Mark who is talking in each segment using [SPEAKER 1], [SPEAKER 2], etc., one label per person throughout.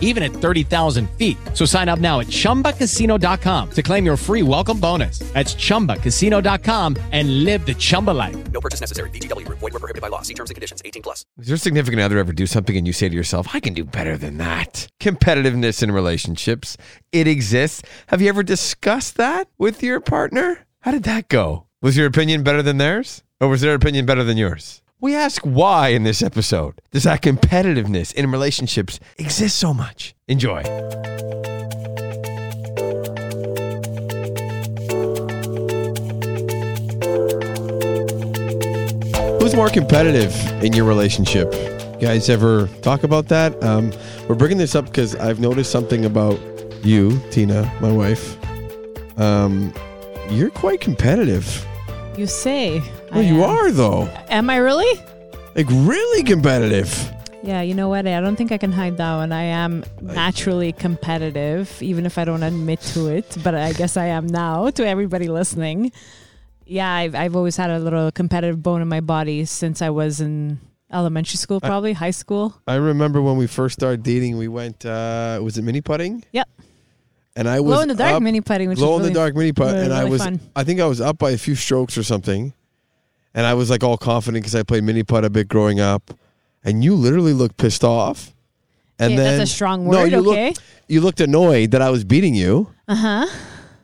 [SPEAKER 1] even at 30,000 feet. So sign up now at chumbacasino.com to claim your free welcome bonus. That's chumbacasino.com and live the Chumba life.
[SPEAKER 2] No purchase necessary. VGW Group. Void were prohibited by law. See terms and conditions. 18 plus.
[SPEAKER 3] Does your significant other ever do something and you say to yourself, I can do better than that? Competitiveness in relationships, it exists. Have you ever discussed that with your partner? How did that go? Was your opinion better than theirs? Or was their opinion better than yours? We ask why in this episode. Does that competitiveness in relationships exist so much? Enjoy. Who's more competitive in your relationship? You guys ever talk about that? Um, we're bringing this up because I've noticed something about you, Tina, my wife. Um, you're quite competitive.
[SPEAKER 4] You say.
[SPEAKER 3] Well,
[SPEAKER 4] I
[SPEAKER 3] Oh, you
[SPEAKER 4] am.
[SPEAKER 3] are though.
[SPEAKER 4] Am I really?
[SPEAKER 3] Like really competitive.
[SPEAKER 4] Yeah, you know what? I don't think I can hide that one. I am naturally competitive, even if I don't admit to it, but I guess I am now to everybody listening. Yeah, I've, I've always had a little competitive bone in my body since I was in elementary school,
[SPEAKER 3] I-
[SPEAKER 4] probably high school.
[SPEAKER 3] I remember when we first started dating, we went. Uh, was it mini putting?
[SPEAKER 4] Yep.
[SPEAKER 3] And I was
[SPEAKER 4] Glow in the dark
[SPEAKER 3] up-
[SPEAKER 4] mini putting, which
[SPEAKER 3] glow
[SPEAKER 4] is
[SPEAKER 3] in the dark mini putt,
[SPEAKER 4] really,
[SPEAKER 3] and I
[SPEAKER 4] really
[SPEAKER 3] was
[SPEAKER 4] fun.
[SPEAKER 3] I think I was up by a few strokes or something, and I was like all confident because I played mini putt a bit growing up, and you literally looked pissed off, and
[SPEAKER 4] Okay, that's
[SPEAKER 3] then
[SPEAKER 4] a strong
[SPEAKER 3] No,
[SPEAKER 4] word,
[SPEAKER 3] you
[SPEAKER 4] okay.
[SPEAKER 3] looked you looked annoyed that I was beating you,
[SPEAKER 4] Uh huh.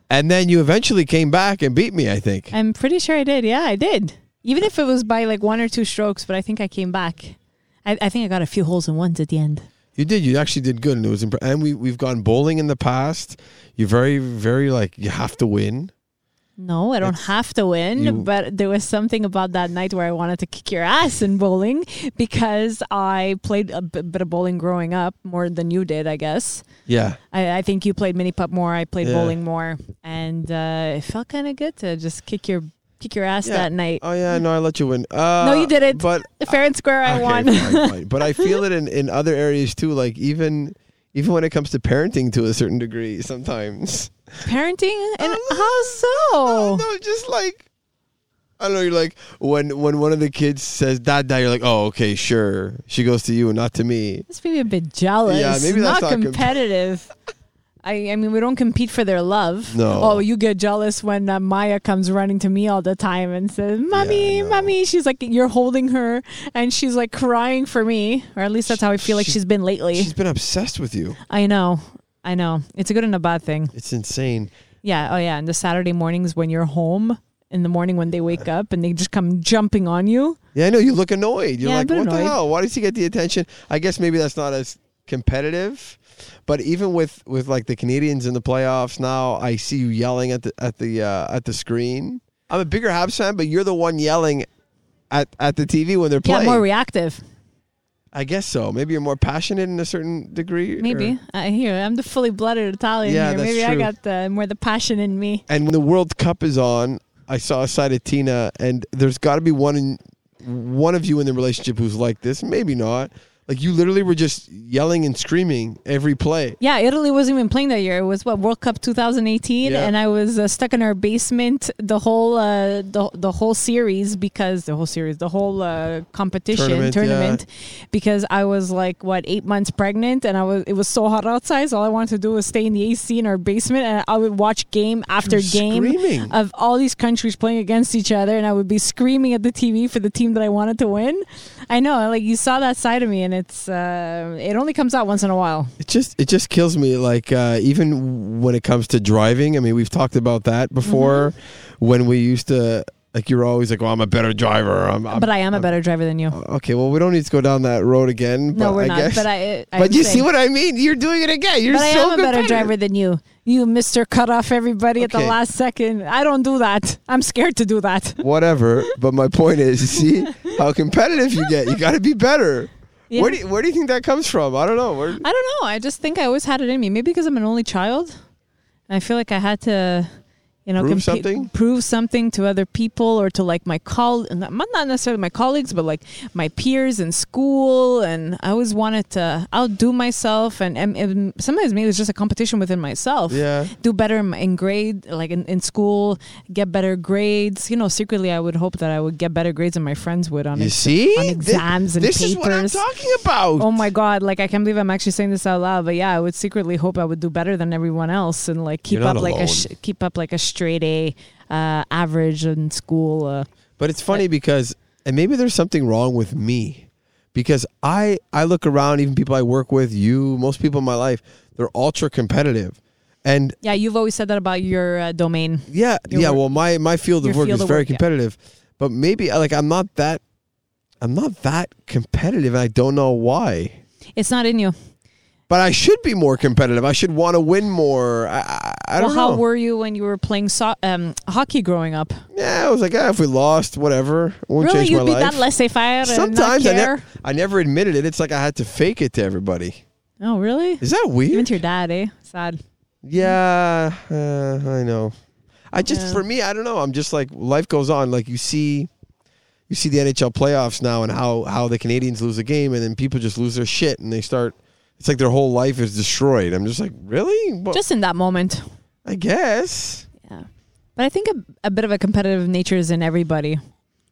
[SPEAKER 3] and then you eventually came back and beat me. I think
[SPEAKER 4] I'm pretty sure I did. Yeah, I did. Even if it was by like one or two strokes, but I think I came back. I, I think I got a few holes in ones at the end.
[SPEAKER 3] you did. You actually did good, and it was impre- and we we've gone bowling in the past. You're very very like you have to win.
[SPEAKER 4] No, I don't have to win,
[SPEAKER 3] you-
[SPEAKER 4] but there was something about that night where I wanted to kick your ass in bowling because I played a b- bit of bowling growing up more than you did, I guess.
[SPEAKER 3] Yeah,
[SPEAKER 4] I, I think you played mini putt more, I played
[SPEAKER 3] Yeah.
[SPEAKER 4] bowling more, and uh, it felt kind of good to just kick your kick your ass
[SPEAKER 3] Yeah.
[SPEAKER 4] that night.
[SPEAKER 3] Oh yeah, no, I let you win. Uh,
[SPEAKER 4] no, you did it.
[SPEAKER 3] But
[SPEAKER 4] fair and square, I
[SPEAKER 3] Okay,
[SPEAKER 4] won.
[SPEAKER 3] fine, fine. But I feel it in, in other areas too. Like even even when it comes to parenting to a certain degree, sometimes.
[SPEAKER 4] Parenting and
[SPEAKER 3] Oh,
[SPEAKER 4] how so?
[SPEAKER 3] No, just like I don't know. You're like when when one of the kids says "dad, dad," you're like, "Oh, okay, sure." She goes to you and not to me.
[SPEAKER 4] This made me a bit jealous.
[SPEAKER 3] Yeah, maybe that's not
[SPEAKER 4] not
[SPEAKER 3] com-
[SPEAKER 4] competitive. I, I mean, we don't compete for their love.
[SPEAKER 3] No.
[SPEAKER 4] Oh, you get jealous when uh, Maya comes running to me all the time and says, "Mommy,
[SPEAKER 3] know.
[SPEAKER 4] mommy." She's like, you're holding her, and she's like crying for me, or at least that's how I feel like
[SPEAKER 3] She-
[SPEAKER 4] she's been lately.
[SPEAKER 3] She's been obsessed with you.
[SPEAKER 4] I know, I know. It's a good and a bad thing.
[SPEAKER 3] It's insane.
[SPEAKER 4] Yeah. Oh, yeah. And the Saturday mornings when you're home in the morning when they wake up and they just come jumping on you.
[SPEAKER 3] Yeah, I know. You look annoyed. You're
[SPEAKER 4] Yeah, I'm
[SPEAKER 3] like,
[SPEAKER 4] a bit
[SPEAKER 3] what the
[SPEAKER 4] annoyed."
[SPEAKER 3] hell? Why does he get the attention? I guess maybe that's not as competitive. But even with with like the Canadians in the playoffs now, I see you yelling at the at the uh, at the screen. I'm a bigger Habs fan, but you're the one yelling at at the TV when they're playing.
[SPEAKER 4] Yeah, more reactive.
[SPEAKER 3] I guess so. Maybe you're more passionate in a certain degree. or-
[SPEAKER 4] Maybe I here I'm the fully blooded Italian
[SPEAKER 3] Yeah,
[SPEAKER 4] here.
[SPEAKER 3] that's
[SPEAKER 4] Maybe I
[SPEAKER 3] true.
[SPEAKER 4] got the more the passion in me.
[SPEAKER 3] And when the World Cup is on, I saw a side of Tina, and there's got to be one in, one of you in the relationship who's like this. Maybe not. Like Like you literally were just yelling and screaming every play.
[SPEAKER 4] Yeah, Italy wasn't even playing that year. It was what World Cup 2018,
[SPEAKER 3] Yeah.
[SPEAKER 4] and I was uh, stuck in our basement the whole uh, the the whole series because the whole series, the whole uh, competition
[SPEAKER 3] Tournament,
[SPEAKER 4] tournament, because I was like what eight months pregnant, and I was it was so hot outside. So all I wanted to do was stay in the AC in our basement, and I would watch game after game
[SPEAKER 3] screaming.
[SPEAKER 4] of all these countries playing against each other, and I would be screaming at the TV for the team that I wanted to win. I know, like you saw that side of me, and it's uh, it only comes out once in a while.
[SPEAKER 3] It just it just kills me. Like uh, even when it comes to driving, I mean, we've talked about that before.
[SPEAKER 4] Mm-hmm.
[SPEAKER 3] When we used to, like, you're always like, "Well, I'm a better driver." I'm, I'm
[SPEAKER 4] but I am a better driver than you.
[SPEAKER 3] okay. Well, we don't need to go down that road again.
[SPEAKER 4] no,
[SPEAKER 3] but
[SPEAKER 4] we're
[SPEAKER 3] I
[SPEAKER 4] not.
[SPEAKER 3] Guess,
[SPEAKER 4] But I. I
[SPEAKER 5] But you see
[SPEAKER 4] saying-
[SPEAKER 5] what I mean? You're doing it again. You're
[SPEAKER 4] But I
[SPEAKER 5] so
[SPEAKER 4] am a better
[SPEAKER 5] competitive.
[SPEAKER 4] driver than you. You, Mister, cut off everybody at the
[SPEAKER 3] Okay.
[SPEAKER 4] last second. I don't do that. I'm scared to do that.
[SPEAKER 3] whatever. But my point is, you see how competitive you get. You got to be better.
[SPEAKER 4] Yeah.
[SPEAKER 3] Where do you, where do you think that comes from? I don't know. Where,
[SPEAKER 4] I don't know. I just think I always had it in me. Maybe because I'm an only child. I feel like I had to, you know,
[SPEAKER 3] Prove something?
[SPEAKER 4] prove something to other people or to like my col, not not necessarily my colleagues, but like my peers in school. And I always wanted to outdo myself. And, and, and sometimes maybe it's just a competition within myself.
[SPEAKER 3] Yeah.
[SPEAKER 4] Do better in, my- in grade, like in, in school, get better grades. You know, secretly I would hope that I would get better grades than my friends would on
[SPEAKER 5] You
[SPEAKER 4] ex-
[SPEAKER 5] see?
[SPEAKER 4] on
[SPEAKER 5] Thi-
[SPEAKER 4] exams and
[SPEAKER 5] this
[SPEAKER 4] papers.
[SPEAKER 5] is what I'm talking about.
[SPEAKER 4] Oh my god! Like I can't believe I'm actually saying this out loud, but yeah, I would secretly hope I would do better than everyone else and like keep
[SPEAKER 3] You're not
[SPEAKER 4] up like
[SPEAKER 3] alone.
[SPEAKER 4] a sh- keep up like a straight A uh, average in school. Uh,
[SPEAKER 3] But it's funny because, and maybe there's something wrong with me, because I I look around, even people I work with, you, most people in my life, they're ultra competitive, and
[SPEAKER 4] yeah, you've always said that about your uh, domain.
[SPEAKER 3] yeah,
[SPEAKER 4] Your
[SPEAKER 3] yeah.
[SPEAKER 4] work-
[SPEAKER 3] Well, my my field of
[SPEAKER 4] your
[SPEAKER 3] work
[SPEAKER 4] field
[SPEAKER 3] is
[SPEAKER 4] of
[SPEAKER 3] very
[SPEAKER 4] work, yeah.
[SPEAKER 3] competitive, but maybe like I'm not that, I'm not that competitive, and I don't know why.
[SPEAKER 4] It's not in you.
[SPEAKER 3] But I should be more competitive. I should want to win more. I, I, I
[SPEAKER 4] Well,
[SPEAKER 3] don't
[SPEAKER 4] how
[SPEAKER 3] know.
[SPEAKER 4] were you when you were playing so- um, hockey growing up?
[SPEAKER 3] yeah, I was like, ah, if we lost, whatever. It won't
[SPEAKER 4] really,
[SPEAKER 3] change
[SPEAKER 4] you'd
[SPEAKER 3] my
[SPEAKER 4] be
[SPEAKER 3] life.
[SPEAKER 4] that laissez-faire and not
[SPEAKER 3] Sometimes I, ne-
[SPEAKER 4] care.
[SPEAKER 3] I never admitted it. It's like I had to fake it to everybody.
[SPEAKER 4] oh, really?
[SPEAKER 3] Is that weird?
[SPEAKER 4] Even to your dad, eh? Sad.
[SPEAKER 3] Oh. Yeah, uh, I know. I just
[SPEAKER 4] Yeah.
[SPEAKER 3] for me, I don't know. I'm just like life goes on. Like you see, you see the NHL playoffs now and how how the Canadians lose a game and then people just lose their shit and they start. It's like their whole life is destroyed. I'm just like, really? Well,
[SPEAKER 4] Just in that moment.
[SPEAKER 3] I guess.
[SPEAKER 4] Yeah. But I think a, a bit of a competitive nature is in everybody,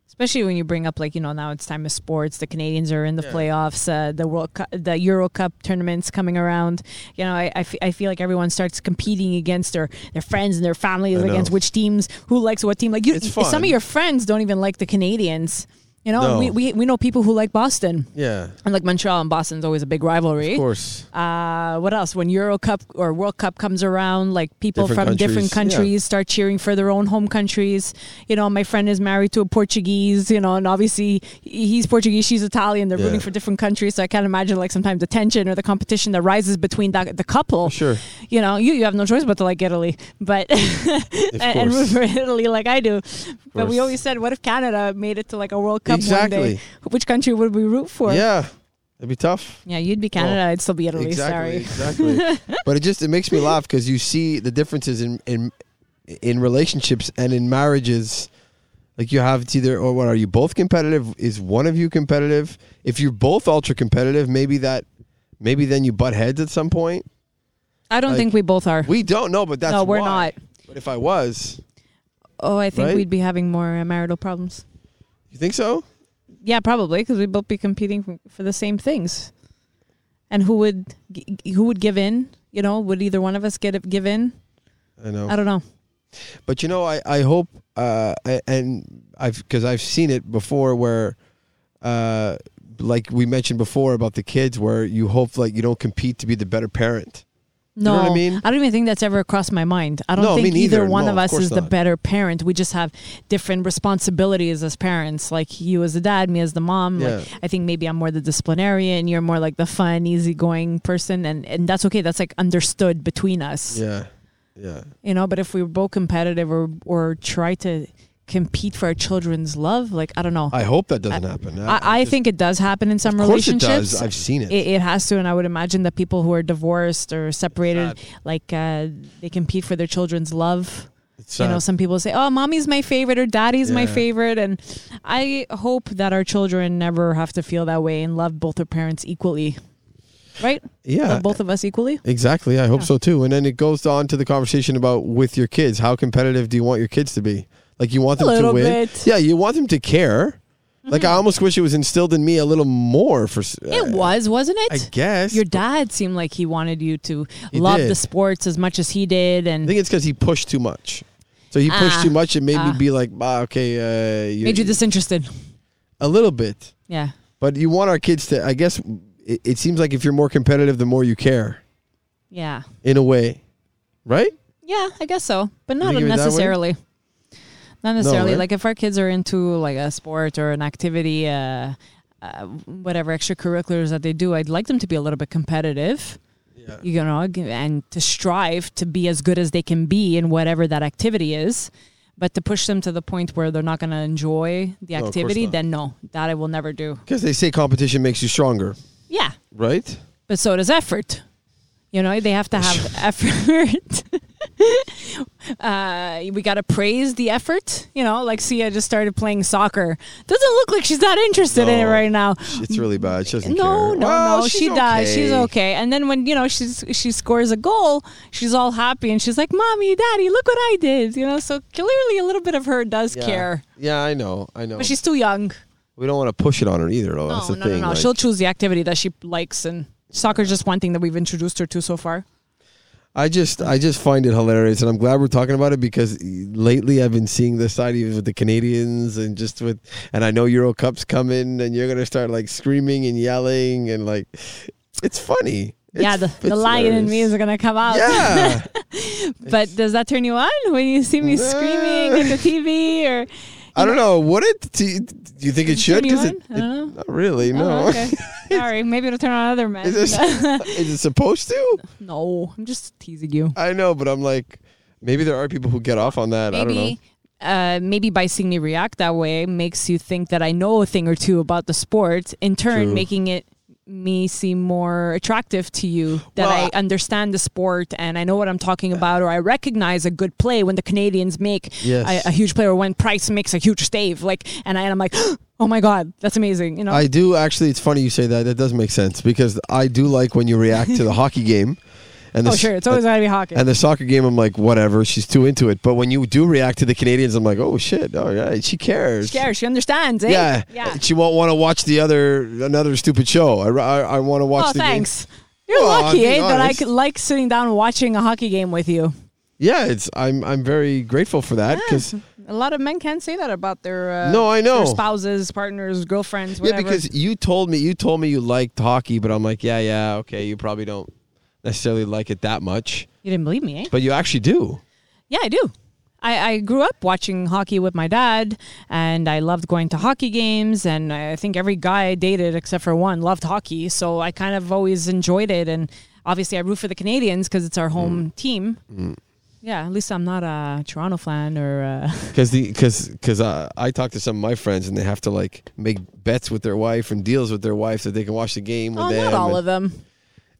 [SPEAKER 4] especially when you bring up, like, you know, now it's time of sports. The Canadians are in the playoffs, uh, the World Cup, the Euro Cup tournament's coming around. You know, I, I, f- I feel like everyone starts competing against their, their friends and their families
[SPEAKER 3] I know.
[SPEAKER 4] against which teams, who likes what team. Like, you,
[SPEAKER 3] It's
[SPEAKER 4] some
[SPEAKER 3] fun.
[SPEAKER 4] of your friends don't even like the Canadians. You know,
[SPEAKER 3] No.
[SPEAKER 4] we, we, we know people who like Boston.
[SPEAKER 3] Yeah,
[SPEAKER 4] And like Montreal and Boston's always a big rivalry
[SPEAKER 3] of course.
[SPEAKER 4] uh, what else? When Euro Cup or World Cup comes around, like people
[SPEAKER 3] Different
[SPEAKER 4] from different
[SPEAKER 3] countries, yeah.
[SPEAKER 4] countries start cheering for their own home countries. You know, my friend is married to a Portuguese, you know, and obviously he's Portuguese, she's Italian. They're
[SPEAKER 3] Yeah.
[SPEAKER 4] rooting for different countries, so I can't imagine like sometimes the tension or the competition that rises between that, the couple.
[SPEAKER 3] Sure.
[SPEAKER 4] You know, you, you have no choice but to like Italy, but and, and root
[SPEAKER 3] course.
[SPEAKER 4] for Italy like I do. But
[SPEAKER 3] course.
[SPEAKER 4] we always said, what if Canada made it to like a World Cup one
[SPEAKER 3] Exactly.
[SPEAKER 4] day? Which country would we root for?
[SPEAKER 3] Yeah, it'd be tough.
[SPEAKER 4] Yeah, you'd be Canada. I'd still be Italy. Sorry.
[SPEAKER 3] Exactly. exactly. but it just it makes me laugh because you see the differences in in in relationships and in marriages. Like you have it's either or what are you both competitive? Is one of you competitive? If you're both ultra competitive, maybe that maybe then you butt heads at some point.
[SPEAKER 4] I don't
[SPEAKER 3] Like,
[SPEAKER 4] think we both are.
[SPEAKER 3] We don't know, but that's
[SPEAKER 4] No, we're
[SPEAKER 3] why.
[SPEAKER 4] not.
[SPEAKER 3] But if I was,
[SPEAKER 4] oh, I think
[SPEAKER 3] right?
[SPEAKER 4] we'd be having more uh, marital problems.
[SPEAKER 3] you think so?
[SPEAKER 4] Yeah, probably because we'd both be competing for, for the same things. And who would g- g- who would give in? You know, would either one of us get give in?
[SPEAKER 3] I know.
[SPEAKER 4] I don't know.
[SPEAKER 3] But you know, I I hope uh, I- and I've because I've seen it before where, uh, like we mentioned before about the kids, where you hope like you don't compete to be the better parent.
[SPEAKER 4] No,
[SPEAKER 3] know what I mean?
[SPEAKER 4] don't even think that's ever crossed my mind. I don't
[SPEAKER 3] No, me
[SPEAKER 4] think either
[SPEAKER 3] neither.
[SPEAKER 4] one
[SPEAKER 3] No,
[SPEAKER 4] of
[SPEAKER 3] of
[SPEAKER 4] us
[SPEAKER 3] course
[SPEAKER 4] is the
[SPEAKER 3] not.
[SPEAKER 4] better parent. We just have different responsibilities as parents. Like you as the dad, me as the mom. Like
[SPEAKER 3] Yeah.
[SPEAKER 4] I think maybe I'm more the disciplinarian. You're more like the fun, easygoing person, and and that's okay. That's like understood between us.
[SPEAKER 3] Yeah, yeah.
[SPEAKER 4] you know but if we were both competitive or or try to compete for our children's love like i don't know i
[SPEAKER 3] I hope that doesn't happen.
[SPEAKER 4] i,
[SPEAKER 3] just-
[SPEAKER 4] think it does happen in some
[SPEAKER 3] of course it
[SPEAKER 4] relationships
[SPEAKER 3] does. I've seen it.
[SPEAKER 4] it, it has to and i would imagine that people who are divorced or separated like uh, they compete for their children's love
[SPEAKER 3] It's,
[SPEAKER 4] you know
[SPEAKER 3] uh,
[SPEAKER 4] some people say oh mommy's my favorite or daddy's my
[SPEAKER 3] Yeah.
[SPEAKER 4] favorite and i hope that our children never have to feel that way and love both their parents equally right
[SPEAKER 3] yeah. Uh,
[SPEAKER 4] Love both of us equally
[SPEAKER 3] Exactly. I hope so too. And then it goes on to the conversation about with your kids. How competitive do you want your kids to be? Like you want them to
[SPEAKER 4] little
[SPEAKER 3] win.
[SPEAKER 4] bit. Mm-hmm.
[SPEAKER 3] Yeah, you want them to care. Like I almost wish it was instilled in me a little more. For s- uh,
[SPEAKER 4] it was wasn't it
[SPEAKER 3] I guess.
[SPEAKER 4] your dad seemed like he wanted you to
[SPEAKER 3] He
[SPEAKER 4] love
[SPEAKER 3] did.
[SPEAKER 4] the sports as much as he did
[SPEAKER 3] I
[SPEAKER 4] and
[SPEAKER 3] think it's because he pushed too much. So he pushed
[SPEAKER 4] Ah,
[SPEAKER 3] too much. It made
[SPEAKER 4] ah.
[SPEAKER 3] me be like, ah, okay, uh, you-
[SPEAKER 4] made you disinterested
[SPEAKER 3] a little bit.
[SPEAKER 4] yeah
[SPEAKER 3] But you want our kids to. I guess it, it seems like if you're more competitive, the more you care.
[SPEAKER 4] yeah
[SPEAKER 3] In a way, right?
[SPEAKER 4] Yeah, I guess so, but not
[SPEAKER 3] think it was that way?
[SPEAKER 4] necessarily. Not necessarily.
[SPEAKER 3] right?
[SPEAKER 4] Like if our kids are into like a sport or an activity, uh, uh, whatever extracurriculars that they do, I'd like them to be a little bit competitive. You know, g- and to strive to be as good as they can be in whatever that activity is. But to push them to the point where they're not going to enjoy the
[SPEAKER 3] of course
[SPEAKER 4] activity,
[SPEAKER 3] not.
[SPEAKER 4] then no, that I will never do.
[SPEAKER 3] Because they say competition makes you stronger,
[SPEAKER 4] Yeah,
[SPEAKER 3] right?
[SPEAKER 4] but so does effort. You know, they have to have effort. uh, we got to praise the effort. You know, like Sia just started playing soccer. Doesn't look like she's not interested in it
[SPEAKER 3] No.
[SPEAKER 4] right now.
[SPEAKER 3] It's really bad. She doesn't care.
[SPEAKER 4] No, no,
[SPEAKER 3] Well,
[SPEAKER 4] no. She
[SPEAKER 3] she's
[SPEAKER 4] does. She's okay. And then when you know she's she scores a goal, she's all happy and she's like, "Mommy, Daddy, look what I did!" You know, so clearly a little bit of her does care,
[SPEAKER 3] Yeah, I know. I know.
[SPEAKER 4] but she's too young.
[SPEAKER 3] we don't want to push it on her either, though. That's
[SPEAKER 4] no,
[SPEAKER 3] the
[SPEAKER 4] no,
[SPEAKER 3] thing.
[SPEAKER 4] no, no.
[SPEAKER 3] like-
[SPEAKER 4] She'll choose the activity that she likes, and soccer's just one thing that we've introduced her to so far.
[SPEAKER 3] I just, I just find it hilarious, and I'm glad we're talking about it because lately I've been seeing this side even with the Canadians and just with, and I know Euro Cup's coming, and you're gonna start like screaming and yelling and like, it's funny.
[SPEAKER 4] yeah,
[SPEAKER 3] It's-
[SPEAKER 4] the, the
[SPEAKER 3] it's
[SPEAKER 4] lion in me
[SPEAKER 3] hilarious.
[SPEAKER 4] is gonna come out.
[SPEAKER 3] Yeah.
[SPEAKER 4] but does that turn you on when you see me
[SPEAKER 3] Nah.
[SPEAKER 4] screaming at the TV or
[SPEAKER 3] I don't know. Would it? Do you, do you think it should?
[SPEAKER 4] turn you
[SPEAKER 3] 'Cause it,
[SPEAKER 4] on? I don't know.
[SPEAKER 3] not really. No.
[SPEAKER 4] Oh, okay. Sorry, maybe it'll turn on other men.
[SPEAKER 3] is, this, is it supposed to?
[SPEAKER 4] no, I'm just teasing you.
[SPEAKER 3] I know, but I'm like, maybe there are people who get off on that. I don't know.
[SPEAKER 4] Maybe uh, maybe by seeing me react that way makes you think that I know a thing or two about the sport, in turn
[SPEAKER 3] True.
[SPEAKER 4] making it me seem more attractive to you that
[SPEAKER 3] Well,
[SPEAKER 4] I understand the sport and I know what I'm talking about or I recognize a good play when the Canadians make
[SPEAKER 3] Yes.
[SPEAKER 4] a, a huge play or when Price makes a huge save like and I, am like oh my god that's amazing you know
[SPEAKER 3] I do actually. It's funny you say that. That does make sense because I do like when you react to the hockey game, and the
[SPEAKER 4] oh
[SPEAKER 3] s-
[SPEAKER 4] sure it's always gotta be hockey
[SPEAKER 3] and the soccer game. I'm like, whatever. She's too into it. But when you do react to the Canadians, I'm like, oh shit. All right, she cares.
[SPEAKER 4] she cares she understands eh?
[SPEAKER 3] Yeah.
[SPEAKER 4] yeah
[SPEAKER 3] She won't want to watch the other another stupid show. I I, I want to watch.
[SPEAKER 4] oh
[SPEAKER 3] the game.
[SPEAKER 4] thanks you're
[SPEAKER 3] Well, I'm
[SPEAKER 4] lucky eh,
[SPEAKER 3] being
[SPEAKER 4] that I
[SPEAKER 3] honest.
[SPEAKER 4] could like sitting down and watching a hockey game with you
[SPEAKER 3] Yeah, it's. I'm. I'm very grateful for that because.
[SPEAKER 4] A lot of men can say that about their uh,
[SPEAKER 3] No, I know.
[SPEAKER 4] their spouses, partners, girlfriends,
[SPEAKER 3] Yeah,
[SPEAKER 4] whatever.
[SPEAKER 3] because you told me you told me you liked hockey, but I'm like, yeah, yeah, okay. You probably don't necessarily like it that much,
[SPEAKER 4] you didn't believe me, eh?
[SPEAKER 3] but you actually do.
[SPEAKER 4] Yeah, I do. I, I grew up watching hockey with my dad, and I loved going to hockey games. And I think every guy I dated, except for one, loved hockey. So I kind of always enjoyed it. And obviously, I root for the Canadians because it's our
[SPEAKER 3] Mm.
[SPEAKER 4] home team. Yeah, at least I'm not a Toronto fan or. uh
[SPEAKER 3] Because the because because uh, I talk to some of my friends and they have to like make bets with their wife and deals with their wife that they can watch the game with
[SPEAKER 4] oh,
[SPEAKER 3] them.
[SPEAKER 4] not all of them.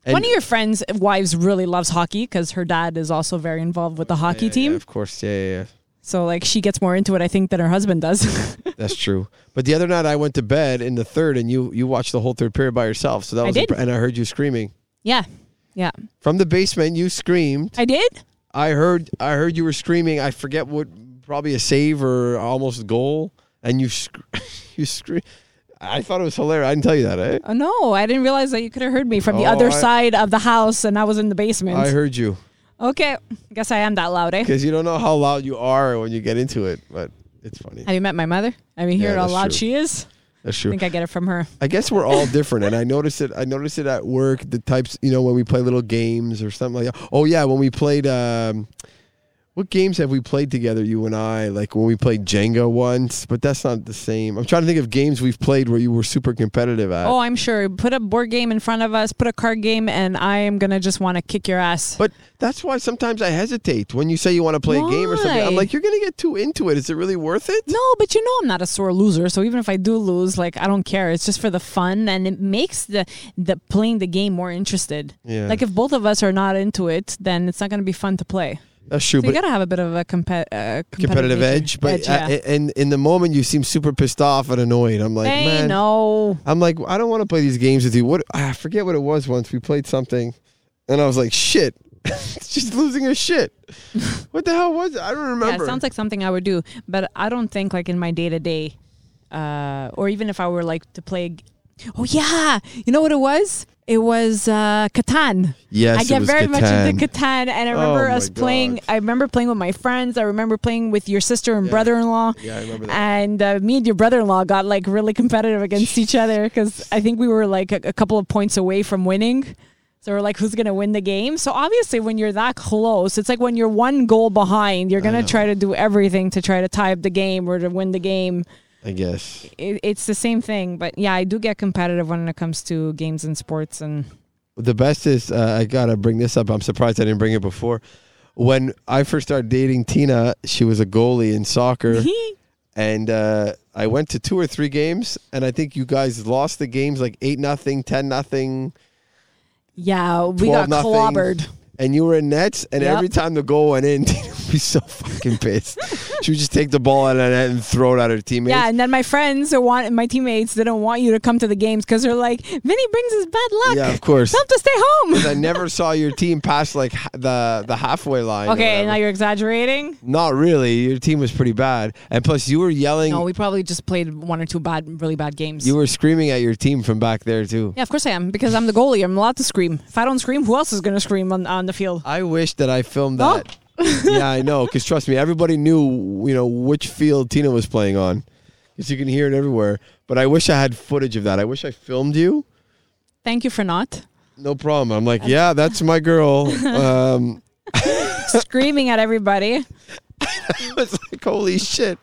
[SPEAKER 3] and-
[SPEAKER 4] One of your friends' wives really loves hockey because her dad is also very involved with the hockey
[SPEAKER 3] Yeah,
[SPEAKER 4] team.
[SPEAKER 3] of course, yeah, yeah,
[SPEAKER 4] So like she gets more into it, I think, than her husband does.
[SPEAKER 3] yeah. that's true. But the other night I went to bed in the third, and you you watched the whole third period by yourself. So that
[SPEAKER 4] I
[SPEAKER 3] was
[SPEAKER 4] did.
[SPEAKER 3] impre- and I heard you screaming
[SPEAKER 4] yeah, yeah,
[SPEAKER 3] from the basement. You screamed.
[SPEAKER 4] I did.
[SPEAKER 3] I heard I heard you were screaming. I forget what, probably a save or almost goal, and you sc- you scream. I thought it was hilarious. I didn't tell you that. Eh?
[SPEAKER 4] Oh, no, I didn't realize that you could have heard me from the
[SPEAKER 3] Oh,
[SPEAKER 4] other
[SPEAKER 3] I-
[SPEAKER 4] side of the house, and I was in the basement.
[SPEAKER 3] I heard you
[SPEAKER 4] okay, guess I am that loud, eh?
[SPEAKER 3] because you don't know how loud you are when you get into it, but it's funny.
[SPEAKER 4] Have you met my mother? Have you heard
[SPEAKER 3] Yeah,
[SPEAKER 4] how
[SPEAKER 3] that's
[SPEAKER 4] loud
[SPEAKER 3] true.
[SPEAKER 4] she is?
[SPEAKER 3] That's
[SPEAKER 4] I
[SPEAKER 3] true.
[SPEAKER 4] think I get it from her.
[SPEAKER 3] I guess we're all different, and I noticed it. I noticed it at work. The types, you know, when we play little games or something like. that. Oh yeah, when we played. Um, what games have we played together, you and I? Like when we played Jenga once, but that's not the same. I'm trying to think of games we've played where you were super competitive at.
[SPEAKER 4] Oh, I'm sure. Put a board game in front of us, put a card game, and I am gonna just want to kick your ass.
[SPEAKER 3] But that's why sometimes I hesitate when you say you want to play a game or something. I'm
[SPEAKER 4] Why?
[SPEAKER 3] like, you're going to get too into it. Is it really worth it?
[SPEAKER 4] No, but you know I'm not a sore loser. So even if I do lose, like I don't care. It's just for the fun, and it makes the the playing the game more interested.
[SPEAKER 3] Yeah.
[SPEAKER 4] Like if both of us are not into it, then it's not going to be fun to play.
[SPEAKER 3] That's true.
[SPEAKER 4] So you
[SPEAKER 3] but
[SPEAKER 4] gotta have a bit of a compe- uh, competitive,
[SPEAKER 3] competitive edge, but
[SPEAKER 4] yeah.
[SPEAKER 3] I, and in the moment you seem super pissed off and annoyed. I'm like,
[SPEAKER 4] Hey,
[SPEAKER 3] man,
[SPEAKER 4] no.
[SPEAKER 3] I'm like, I don't want to play these games with you. What ah, I forget what it was once we played something, and I was like, shit, she's losing her shit. what the hell was it? I don't
[SPEAKER 4] Yeah,
[SPEAKER 3] remember.
[SPEAKER 4] it sounds like something I would do, but I don't think like in my day to day, or even if I were like to play. a g- Oh yeah, you know what it was? It was uh, Catan.
[SPEAKER 3] Yes,
[SPEAKER 4] I
[SPEAKER 3] it
[SPEAKER 4] get
[SPEAKER 3] was
[SPEAKER 4] very much into
[SPEAKER 3] Catan.
[SPEAKER 4] Catan, and I remember
[SPEAKER 3] Oh,
[SPEAKER 4] us
[SPEAKER 3] my
[SPEAKER 4] playing.
[SPEAKER 3] God.
[SPEAKER 4] I remember playing with my friends. I remember playing with your sister and brother-in-law.
[SPEAKER 3] Yeah, I remember that.
[SPEAKER 4] And uh, me and your brother-in-law got like really competitive against each other because I think we were like a, a couple of points away from winning. So we're like, who's gonna win the game? So obviously, when you're that close, it's like when you're one goal behind, you're gonna try to do everything to try to tie up the game or to win the game.
[SPEAKER 3] I guess.
[SPEAKER 4] It, it's the same thing, but yeah, I do get competitive when it comes to games and sports. And
[SPEAKER 3] The best is uh, I gotta bring this up. I'm surprised I didn't bring it before. When I first started dating Tina, she was a goalie in soccer. and uh, I went to two or three games, and I think you guys lost the games like eight nothing, ten nothing,
[SPEAKER 4] yeah, we
[SPEAKER 3] twelve
[SPEAKER 4] got
[SPEAKER 3] nothing,
[SPEAKER 4] clobbered.
[SPEAKER 3] and you were in nets. And
[SPEAKER 4] Yep.
[SPEAKER 3] every time the goal went in, Tina would be so fucking pissed. she would just take the ball out of the net and throw it at her teammates.
[SPEAKER 4] Yeah, and then my friends who want my teammates they don't want you to come to the games because they're like, Vinny brings his bad luck.
[SPEAKER 3] Yeah, of course.
[SPEAKER 4] Tell him to stay
[SPEAKER 3] I
[SPEAKER 4] home.
[SPEAKER 3] never saw your team pass like h- the the halfway line. or
[SPEAKER 4] Okay,
[SPEAKER 3] whatever.
[SPEAKER 4] now you're exaggerating.
[SPEAKER 3] not really. Your team was pretty bad, and plus you were yelling.
[SPEAKER 4] No, we probably just played one or two bad, really bad games.
[SPEAKER 3] you were screaming at your team from back there too.
[SPEAKER 4] Yeah, of course I am because I'm the goalie. I'm allowed to scream. If I don't scream, who else is going to scream on, on the field?
[SPEAKER 3] I wish that I filmed
[SPEAKER 4] Oh.
[SPEAKER 3] that. yeah, I know. Because trust me, everybody knew you know which field Tina was playing on. Because you can hear it everywhere. But I wish I had footage of that. I wish I filmed you.
[SPEAKER 4] Thank you for not
[SPEAKER 3] No problem. I'm like, yeah, that's my girl. Um,
[SPEAKER 4] screaming at everybody. I
[SPEAKER 3] it's like, holy shit.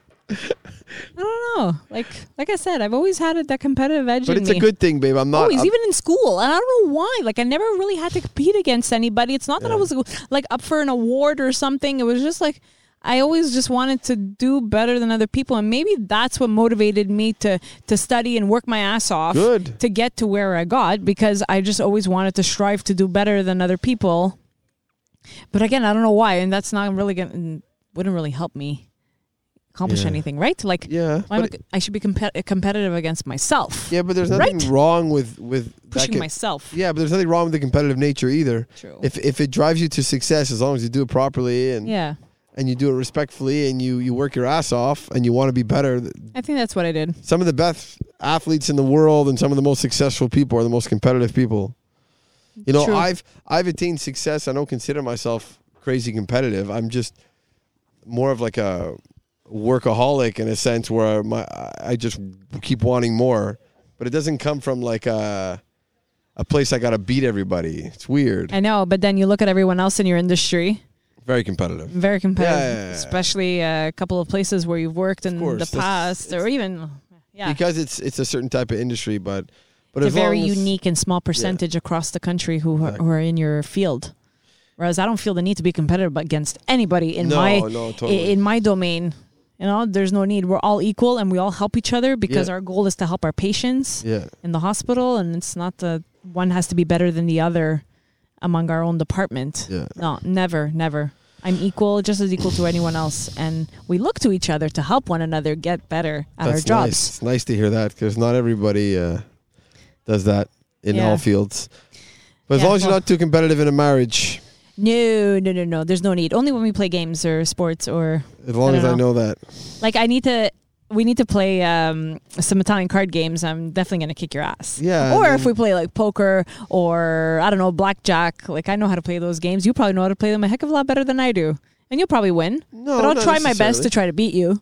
[SPEAKER 4] don't know. Like like I said, I've always had a, that competitive edge
[SPEAKER 3] But
[SPEAKER 4] in
[SPEAKER 3] it's
[SPEAKER 4] me.
[SPEAKER 3] a good thing, babe. I'm not.
[SPEAKER 4] always,
[SPEAKER 3] I'm-
[SPEAKER 4] Oh, even in school, and I don't know why. Like I never really had to compete against anybody. It's not that I was like up for an award or something. It was just like I always just wanted to do better than other people, and maybe that's what motivated me to to study and work my ass off
[SPEAKER 3] Good.
[SPEAKER 4] to get to where I got because I just always wanted to strive to do better than other people. But again, I don't know why, and that's not really gonna mm, wouldn't really help me accomplish
[SPEAKER 3] Yeah.
[SPEAKER 4] anything, right? Like,
[SPEAKER 3] Yeah,
[SPEAKER 4] why am
[SPEAKER 3] but
[SPEAKER 4] I, I should be compet- competitive against myself,
[SPEAKER 3] yeah, but there's nothing
[SPEAKER 4] Right.
[SPEAKER 3] wrong with with that
[SPEAKER 4] pushing
[SPEAKER 3] can-
[SPEAKER 4] myself.
[SPEAKER 3] Yeah, but there's nothing wrong with the competitive nature either.
[SPEAKER 4] True.
[SPEAKER 3] If if it drives you to success, as long as you do it properly and
[SPEAKER 4] yeah.
[SPEAKER 3] and you do it respectfully and you you work your ass off and you want to be better, th-
[SPEAKER 4] I think that's what I did.
[SPEAKER 3] some of the best athletes in the world and some of the most successful people are the most competitive people. You know,
[SPEAKER 4] True.
[SPEAKER 3] I've I've attained success. I don't consider myself crazy competitive. I'm just more of like a workaholic in a sense where my I just keep wanting more, but it doesn't come from like a a place I got to beat everybody. It's weird.
[SPEAKER 4] I know, but then you look at everyone else in your industry,
[SPEAKER 3] Very competitive.
[SPEAKER 4] very competitive,
[SPEAKER 3] Yeah, yeah, yeah, yeah.
[SPEAKER 4] especially uh, a couple of places where you've worked in
[SPEAKER 3] course,
[SPEAKER 4] the
[SPEAKER 3] that's-
[SPEAKER 4] past or even yeah.
[SPEAKER 3] Because it's it's a certain type of industry, but but as
[SPEAKER 4] It's a
[SPEAKER 3] long
[SPEAKER 4] very
[SPEAKER 3] as-
[SPEAKER 4] unique and small percentage across the country who are, who are in your field. Whereas I don't feel the need to be competitive against anybody in
[SPEAKER 3] No,
[SPEAKER 4] my
[SPEAKER 3] no,
[SPEAKER 4] i-
[SPEAKER 3] totally.
[SPEAKER 4] in my domain. You know, there's no need. We're all equal and we all help each other because
[SPEAKER 3] Yeah.
[SPEAKER 4] our goal is to help our patients
[SPEAKER 3] Yeah.
[SPEAKER 4] in the hospital and it's not the one has to be better than the other among our own department.
[SPEAKER 3] Yeah.
[SPEAKER 4] No, never, never. I'm equal, just as equal to anyone else, and we look to each other to help one another get better at our jobs.
[SPEAKER 3] Nice. It's nice to hear that because not everybody uh, does that in
[SPEAKER 4] Yeah.
[SPEAKER 3] all fields. But as
[SPEAKER 4] Yeah,
[SPEAKER 3] long as you're
[SPEAKER 4] well-
[SPEAKER 3] not too competitive in a marriage,
[SPEAKER 4] No, no, no, no. There's no need. Only when we play games or sports or
[SPEAKER 3] as long
[SPEAKER 4] I
[SPEAKER 3] as I
[SPEAKER 4] don't
[SPEAKER 3] know that.
[SPEAKER 4] like I need to. We need to play um, some Italian card games. I'm definitely gonna kick your ass.
[SPEAKER 3] Yeah,
[SPEAKER 4] Or
[SPEAKER 3] I
[SPEAKER 4] if we play like poker or I don't know blackjack. Like I know how to play those games. You probably know how to play them a heck of a lot better than I do, and you'll probably win.
[SPEAKER 3] No,
[SPEAKER 4] but I'll
[SPEAKER 3] not
[SPEAKER 4] try my best
[SPEAKER 3] necessarily.
[SPEAKER 4] to try to beat you.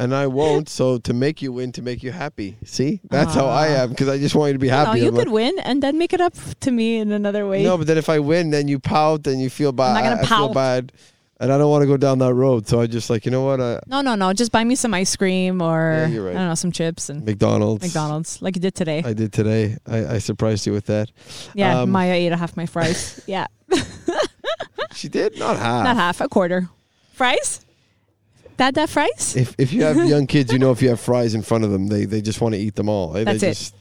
[SPEAKER 3] And I won't. So to make you win, to make you happy. See, that's how I am because I just want you to be
[SPEAKER 4] No,
[SPEAKER 3] happy.
[SPEAKER 4] you
[SPEAKER 3] I'm like-
[SPEAKER 4] could win and then make it up to me in another way.
[SPEAKER 3] No, but then if I win, then you pout and you feel bad.
[SPEAKER 4] not gonna
[SPEAKER 3] I feel
[SPEAKER 4] pout.
[SPEAKER 3] bad, and I don't want to go down that road. So I just like you know what, uh,
[SPEAKER 4] no, no, no. Just buy me some ice cream or
[SPEAKER 3] Yeah, you're right.
[SPEAKER 4] I don't know some chips and
[SPEAKER 3] McDonald's.
[SPEAKER 4] McDonald's like you did today.
[SPEAKER 3] I did today. I, I surprised you with that.
[SPEAKER 4] yeah,
[SPEAKER 3] um,
[SPEAKER 4] Maya ate a half my fries. yeah.
[SPEAKER 3] She did not half.
[SPEAKER 4] Not half, a quarter. Fries? Dad, that fries?
[SPEAKER 3] If if you have young kids, you know if you have fries in front of them, they they just want to eat them all. They
[SPEAKER 4] That's it.
[SPEAKER 3] just,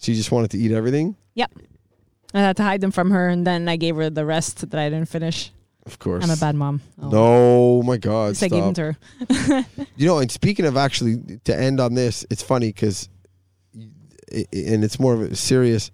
[SPEAKER 3] She just wanted to eat everything.
[SPEAKER 4] Yep. I had to hide them from her, and then I gave her the rest that I didn't finish.
[SPEAKER 3] Of course.
[SPEAKER 4] I'm a bad mom. Oh.
[SPEAKER 3] No, my God.
[SPEAKER 4] At least I gave him
[SPEAKER 3] stop.
[SPEAKER 4] to her.
[SPEAKER 3] You know, and speaking of actually, to end on this, it's funny because, and it's more of a serious,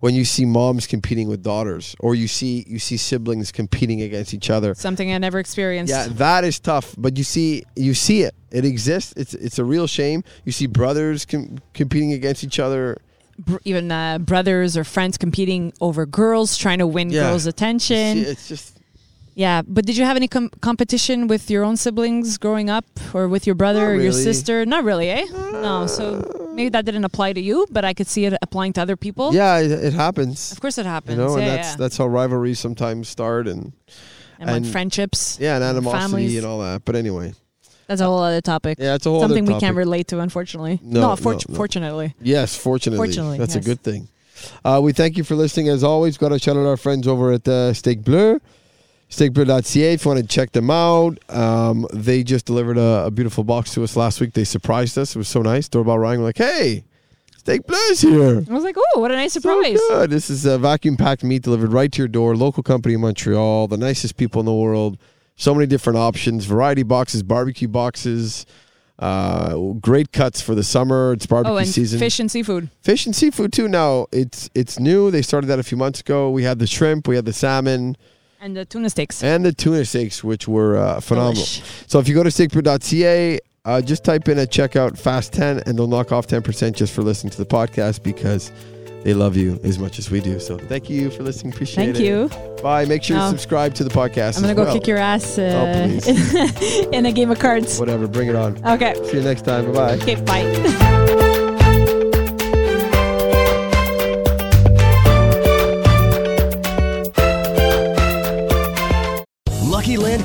[SPEAKER 3] when you see moms competing with daughters, or you see you see siblings competing against each other.
[SPEAKER 4] Something I never experienced.
[SPEAKER 3] Yeah, that is tough. But you see, you see it. It exists. It's it's a real shame. You see brothers com- competing against each other.
[SPEAKER 4] Br- even uh, brothers or friends competing over girls, trying to win
[SPEAKER 3] Yeah.
[SPEAKER 4] girls' attention.
[SPEAKER 3] See, it's just
[SPEAKER 4] Yeah, but did you have any com- competition with your own siblings growing up, or with your brother
[SPEAKER 3] Not
[SPEAKER 4] or your
[SPEAKER 3] really.
[SPEAKER 4] sister? Not really, eh? No. So maybe that didn't apply to you, but I could see it applying to other people.
[SPEAKER 3] yeah, it, it happens.
[SPEAKER 4] Of course, it happens.
[SPEAKER 3] You know,
[SPEAKER 4] yeah,
[SPEAKER 3] and that's
[SPEAKER 4] yeah.
[SPEAKER 3] that's how rivalries sometimes start, and
[SPEAKER 4] and, when
[SPEAKER 3] and-
[SPEAKER 4] friendships.
[SPEAKER 3] yeah, and
[SPEAKER 4] and
[SPEAKER 3] animosity
[SPEAKER 4] families.
[SPEAKER 3] and all that. But anyway,
[SPEAKER 4] That's a whole other topic.
[SPEAKER 3] yeah, it's a whole other
[SPEAKER 4] Something we
[SPEAKER 3] topic.
[SPEAKER 4] can't relate to, unfortunately.
[SPEAKER 3] No,
[SPEAKER 4] Not for-
[SPEAKER 3] no, no.
[SPEAKER 4] fortunately.
[SPEAKER 3] Yes, fortunately.
[SPEAKER 4] Fortunately,
[SPEAKER 3] That's
[SPEAKER 4] yes.
[SPEAKER 3] a good thing. Uh, we thank you for listening. As always, got to shout out our friends over at uh, Steak Bleu, steakbleu.ca if you want to check them out. Um, they just delivered a, a beautiful box to us last week. They surprised us. It was so nice. Doorbell rang. We're like, hey, Steak Bleu's here.
[SPEAKER 4] I was like, oh, what a nice surprise.
[SPEAKER 3] So good. This is a vacuum packed meat delivered right to your door. Local company in Montreal, the nicest people in the world. So many different options, variety boxes, barbecue boxes, uh, great cuts for the summer. It's barbecue
[SPEAKER 4] oh, and
[SPEAKER 3] season
[SPEAKER 4] fish and seafood.
[SPEAKER 3] fish and seafood too now it's it's new they started that a few months ago we had the shrimp we had the salmon
[SPEAKER 4] And the tuna steaks.
[SPEAKER 3] and the tuna steaks which were uh, phenomenal
[SPEAKER 4] Delish.
[SPEAKER 3] so if you go to steakbrew.ca uh, just type in at checkout fast 10 and they'll knock off 10% just for listening to the podcast because they love you as much as we do so thank you for listening appreciate
[SPEAKER 4] Thank
[SPEAKER 3] it
[SPEAKER 4] you.
[SPEAKER 3] bye make sure to
[SPEAKER 4] Oh.
[SPEAKER 3] subscribe to the podcast
[SPEAKER 4] I'm going
[SPEAKER 3] as
[SPEAKER 4] to go
[SPEAKER 3] well.
[SPEAKER 4] kick your ass uh,
[SPEAKER 3] oh please
[SPEAKER 4] in a game of cards.
[SPEAKER 3] whatever bring it on
[SPEAKER 4] Okay.
[SPEAKER 3] see you next time bye bye
[SPEAKER 4] Okay, bye.
[SPEAKER 6] Lucky Land